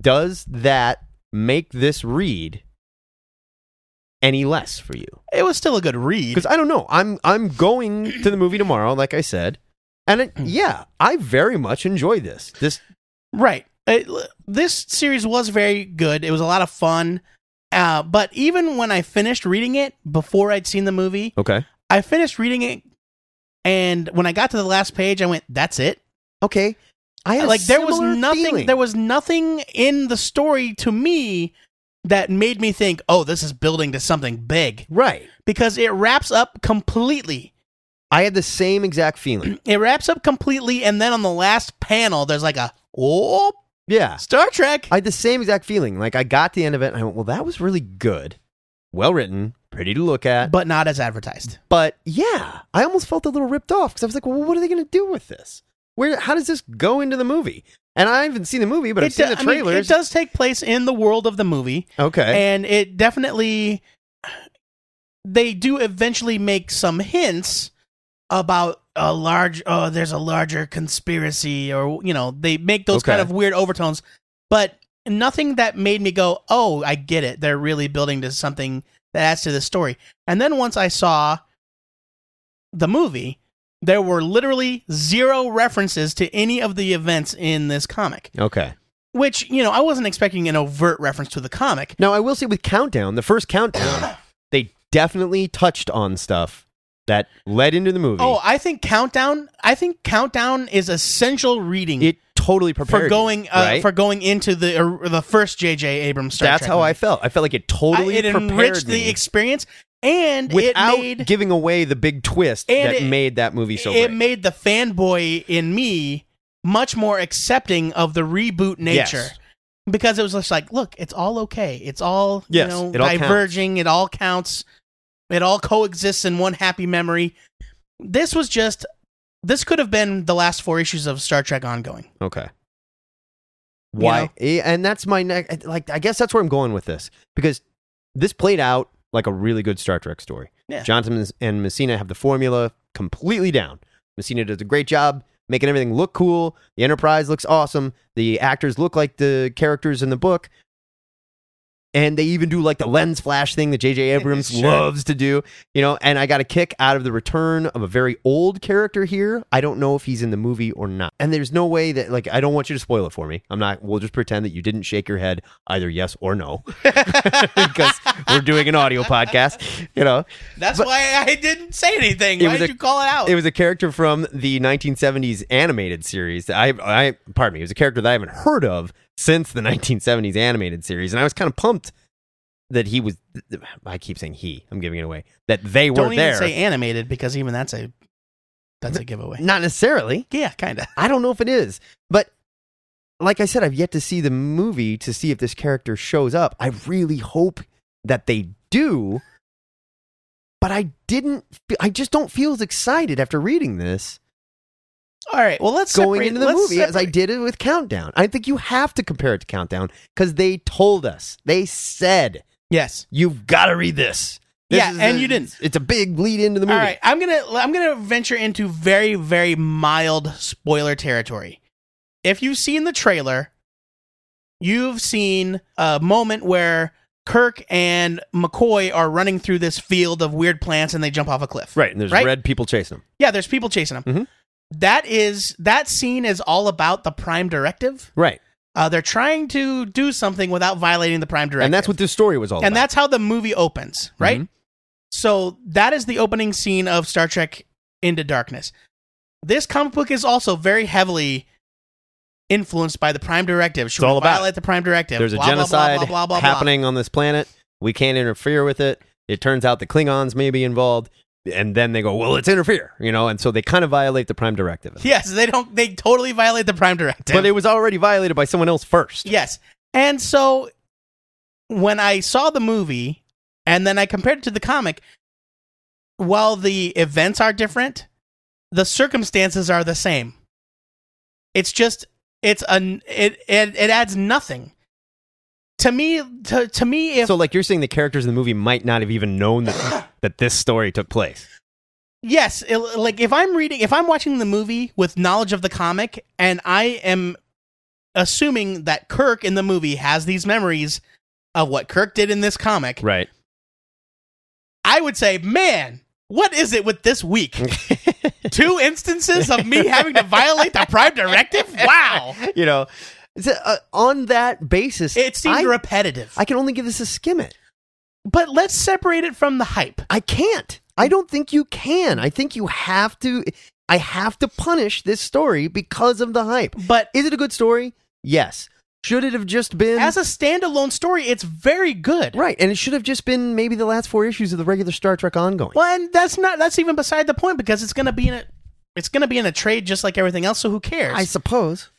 C: Does that make this read any less for you?
D: It was still a good read.
C: Because I don't know. I'm I'm going to the movie tomorrow, like I said, and it, yeah, I very much enjoy this. This
D: Right. It, this series was very good. It was a lot of fun. Uh, but even when I finished reading it before I'd seen the movie,
C: okay,
D: I finished reading it, and when I got to the last page, I went, "That's it."
C: okay. I had a
D: like there was
C: similar
D: nothing.
C: feeling.
D: There was nothing in the story to me that made me think, "Oh, this is building to something big,"
C: right.
D: because it wraps up completely.
C: I had the same exact feeling.
D: It wraps up completely, and then on the last panel, there's like a oh
C: Yeah,
D: Star Trek.
C: I had the same exact feeling. Like I got to the end of it, and I went, "Well, that was really good, well written, pretty to look at."
D: but not as advertised.
C: But yeah, I almost felt a little ripped off because I was like, well, what are they going to do with this? Where? How does this go into the movie? And I haven't seen the movie, but I've
D: do-
C: seen the
D: I mean,
C: trailers. Eh?
D: it does take place in the world of the movie,
C: okay.
D: and it definitely they do eventually make some hints about a large oh there's a larger conspiracy or you know they make those kind
C: Okay.
D: of weird overtones but nothing that made me go oh i get it they're really building to something that adds to the story and then once i saw the movie there were literally zero references to any of the events in this comic
C: okay.
D: which you know i wasn't expecting an overt reference to the comic
C: Now I will say with Countdown, the first Countdown, they definitely touched on stuff that led into the movie.
D: Oh, I think countdown. I think countdown is essential reading
C: it totally prepared
D: for
C: you,
D: going uh,
C: right?
D: for going into the or the first J.J. Abrams. Star
C: That's
D: Trek
C: how I
D: movie.
C: felt. I felt like it totally
D: I- it
C: prepared
D: enriched
C: me
D: the experience and
C: without
D: it made
C: giving away the big twist
D: And
C: that
D: it-
C: made that movie so.
D: it
C: great.
D: made the fanboy in me much more accepting of the reboot
C: Yes.
D: nature. Because it was just like, look, it's all okay. It's all
C: Yes,
D: you know
C: it all counts.
D: diverging. It all counts. It all coexists in one happy memory. This was just. This could have been the last four issues of Star Trek ongoing.
C: Okay.
D: You
C: Why?
D: know?
C: eh, And that's my next. Like, I guess that's where I'm going with this because this played out like a really good Star Trek story.
D: Yeah.
C: Johnson is- and Messina have the formula completely down. Messina does a great job making everything look cool. The Enterprise looks awesome. The actors look like the characters in the book. And they even do like the lens flash thing that J.J. Abrams
D: Sure.
C: loves to do, you know. And I got a kick out of the return of a very old character here. I don't know if he's in the movie or not. And there's no way that, like, I don't want you to spoil it for me. I'm not, we'll just pretend that you didn't shake your head either yes or no because we're doing an audio podcast, you know.
D: That's why I didn't say anything.
C: It
D: Why
C: was
D: did
C: a-
D: you call it out?
C: It was a character from the 1970s animated series. that I, I, pardon me, it was a character that I haven't heard of since the 1970s animated series, and I was kind of pumped that he was. I keep saying he. I'm giving it away. That they
D: Don't
C: were
D: even
C: there.
D: say animated because even that's a that's a giveaway.
C: Not necessarily.
D: Yeah, kind of.
C: I don't know if it is, but like I said, I've yet to see the movie to see if this character shows up. I really hope that they do. But I didn't. fe- I just don't feel as excited after reading this
D: All right. Well, let's
C: going
D: separate-
C: into the
D: let's
C: movie as I
D: separate.
C: did it with Countdown. I think you have to compare it to Countdown because they told us. They said
D: Yes.
C: you've got to read this. This
D: Yeah,
C: is
D: and
C: a-
D: you didn't.
C: It's a big lead into the movie.
D: All right. I'm gonna I'm gonna venture into very very mild spoiler territory. If you've seen the trailer, you've seen a moment where Kirk and McCoy are running through this field of weird plants and they jump off a cliff.
C: Right, and there's
D: Right?
C: red people chasing them.
D: Yeah. There's people chasing them.
C: Mhm.
D: That is that scene is all about the Prime Directive.
C: Right,
D: Uh, they're trying to do something without violating the Prime Directive.
C: and that's what this story was all
D: and
C: about.
D: that's how the movie opens, right?
C: Mhm.
D: So that is the opening scene of Star Trek Into Darkness. This comic book is also very heavily influenced by the Prime Directive. Should
C: It's all
D: we
C: about
D: violate the Prime Directive?
C: There's a
D: Blah, blah, blah,
C: genocide
D: blah, blah, blah, blah.
C: happening on this planet. We can't interfere with it. It turns out the Klingons may be involved, and then they go, "Well, let's interfere," you know, and so they kind of violate the Prime Directive.
D: Yes, they don't. They totally violate the Prime Directive.
C: but it was already violated by someone else first.
D: Yes. And so when I saw the movie and then I compared it to the comic, while the events are different, the circumstances are the same. It's just it's an it it, it adds nothing. To me to, to me if
C: So, like you're saying, the characters in the movie might not have even known that that this story took place.
D: yes, it, like if I'm reading if I'm watching the movie with knowledge of the comic and I am assuming that Kirk in the movie has these memories of what Kirk did in this comic,
C: Right.
D: I would say, man, what is it with this week? Two instances of me having to violate the prime directive? Wow.
C: You know, so, uh, on that basis,
D: It seemed
C: I,
D: repetitive.
C: I can only give this a skim it.
D: but let's separate it from the hype.
C: I can't. I don't think you can. I think you have to. I have to punish this story because of the hype.
D: But
C: Is it a good story? Yes. Should it have just been
D: as a standalone story, it's very good.
C: right? And it should have just been maybe the last four issues of the regular Star Trek ongoing.
D: Well, and that's not that's even beside the point because it's gonna be in a it's gonna be in a trade just like everything else, so who cares?
C: I suppose.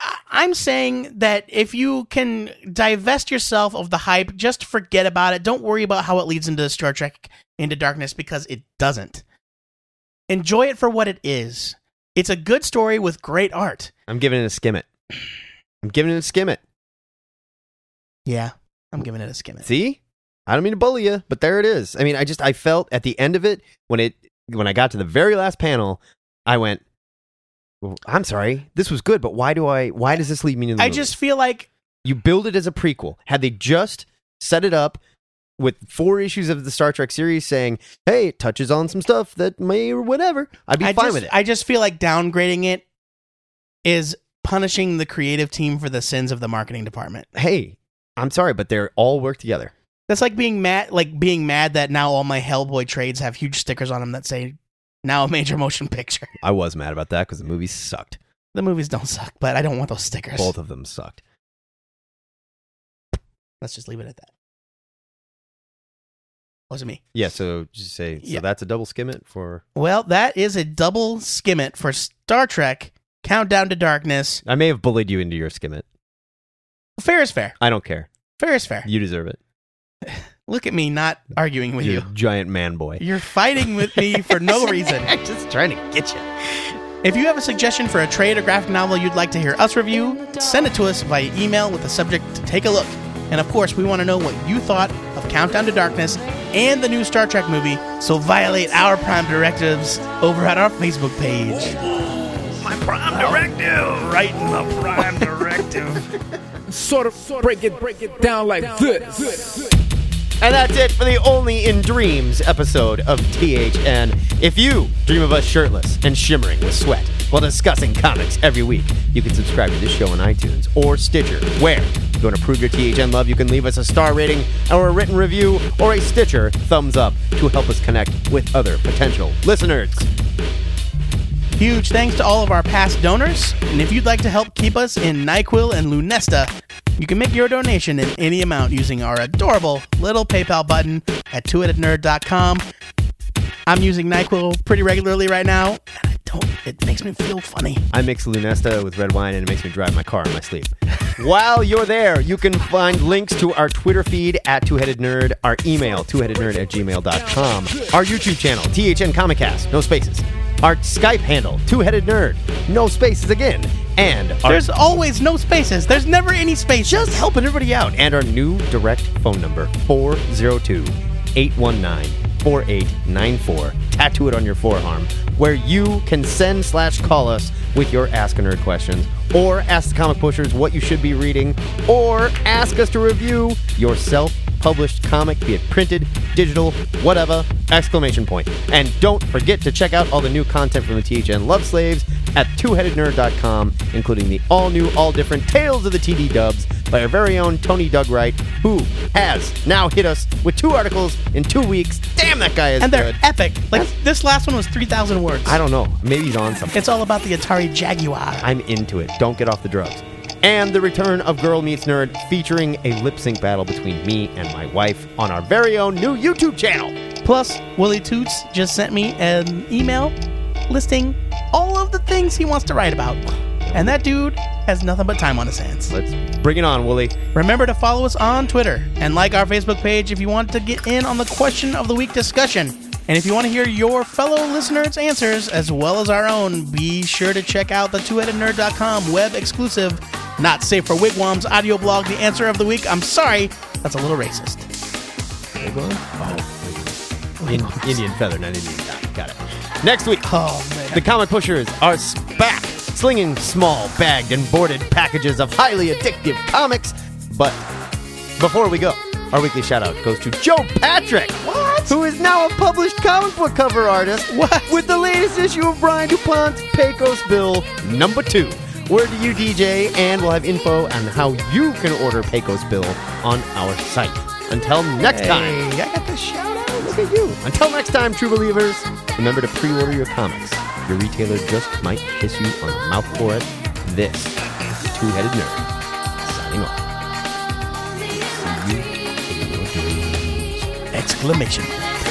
D: I- I'm saying that if you can divest yourself of the hype, just forget about it. Don't worry about how it leads into Star Trek Into Darkness because it doesn't. Enjoy it for what it is. It's a good story with great art.
C: I'm giving it a skim it. I'm giving it a skim it.
D: Yeah, I'm giving it a skim. It.
C: See, I don't mean to bully you, but there it is. I mean, I just I felt at the end of it when it when I got to the very last panel, I went, "Well, "I'm sorry, this was good, but why do I? Why does this lead me to the?"
D: I
C: movie?"
D: just feel like
C: you build it as a prequel. Had they just set it up with four issues of the Star Trek series saying, "Hey, it touches on some stuff that may or whatever," I'd be
D: I
C: fine
D: just,
C: with it.
D: I just feel like downgrading it is punishing the creative team for the sins of the marketing department.
C: hey, I'm sorry, but they're all work together.
D: That's like being mad, like being mad that now all my Hellboy trades have huge stickers on them that say "Now a major motion picture."
C: I was mad about that because the movie sucked.
D: The movies don't suck, but I don't want those stickers.
C: Both of them sucked.
D: Let's just leave it at that. Wasn't me.
C: Yeah, so just say so
D: Yeah.
C: that's a double skim it for.
D: Well, that is a double skim it for Star Trek Countdown to Darkness.
C: I may have bullied you into your skim it.
D: Fair is fair.
C: I don't care.
D: Fair is fair.
C: You deserve it.
D: Look at me not arguing with
C: You're
D: you.
C: a giant man boy.
D: You're fighting with me for no reason.
C: I'm just trying to get you.
D: If you have a suggestion for a trade or graphic novel you'd like to hear us review, send it to us via email with the subject Take a Look. And of course, we want to know what you thought of Countdown to Darkness and the new Star Trek movie, so violate our prime directives over at our Facebook page.
E: My prime directive. Right in the prime directive.
G: Sort of break it, break it down like this.
C: And that's it for the Only in Dreams episode of THN. If you dream of us shirtless and shimmering with sweat while discussing comics every week, you can subscribe to this show on iTunes or Stitcher, where if you want to prove your THN love, you can leave us a star rating or a written review or a Stitcher thumbs up to help us connect with other potential listeners.
D: Huge thanks to all of our past donors, and if you'd like to help keep us in NyQuil and Lunesta, you can make your donation in any amount using our adorable little PayPal button at twoheadednerd.com. I'm using NyQuil pretty regularly right now, and I don't. It makes me feel funny.
C: I mix Lunesta with red wine and it makes me drive my car in my sleep. While you're there, you can find links to our Twitter feed at Two Headed Nerd, our email, twoheadednerd at gmail.com, our YouTube channel, THN Comicast, no spaces, our Skype handle, Two Headed Nerd, no spaces again, and our
D: There's always no spaces. There's never any space.
C: just helping everybody out. And our new direct phone number, 402 819 4894. Tattoo it on your forearm, where you can send slash call us with your Ask a Nerd questions, or ask the comic pushers what you should be reading, or ask us to review your self published comic, be it printed, digital, whatever, exclamation point. And don't forget to check out all the new content from the THN Love Slaves at twoheadednerd.com, including the all new, all different Tales of the TD Dubs by our very own Tony Dugwright, who has now hit us with two articles in two weeks. Damn, that guy is
D: and they're
C: good.
D: epic. Like this last one was three thousand words.
C: I don't know. Maybe he's on something.
D: It's all about the Atari Jaguar.
C: I'm into it. Don't get off the drugs. And the return of Girl Meets Nerd featuring a lip sync battle between me and my wife on our very own new YouTube channel.
D: Plus, Willie Toots just sent me an email listing all of the things he wants to write about. And that dude has nothing but time on his hands.
C: Let's bring it on, Wooly.
D: Remember to follow us on Twitter and like our Facebook page if you want to get in on the question of the week discussion. And if you want to hear your fellow listeners' answers as well as our own, be sure to check out the twoheadednerd.com web exclusive, not safe for wigwams audio blog, the answer of the week. I'm sorry, that's a little racist.
C: In- Indian feather, not Indian dot. Got it. Next week,
D: Oh, man.
C: the comic pushers are s- back, slinging small, bagged, and boarded packages of highly addictive comics. But before we go, our weekly shout out goes to Joe Patrick,
D: What?
C: who is now a published comic book cover artist
D: What?
C: with the latest issue of Brian DuPont's Pecos Bill number two. Word to you, DJ, and we'll have info on how you can order Pecos Bill on our site. Until next time.
D: Hey, I got the shout out.
C: Look at you. Until next time, true believers, remember to pre order your comics. Your retailer just might kiss you on the mouth for it. This is Two Headed Nerd, signing off. See you in your dreams.
D: Exclamation. point.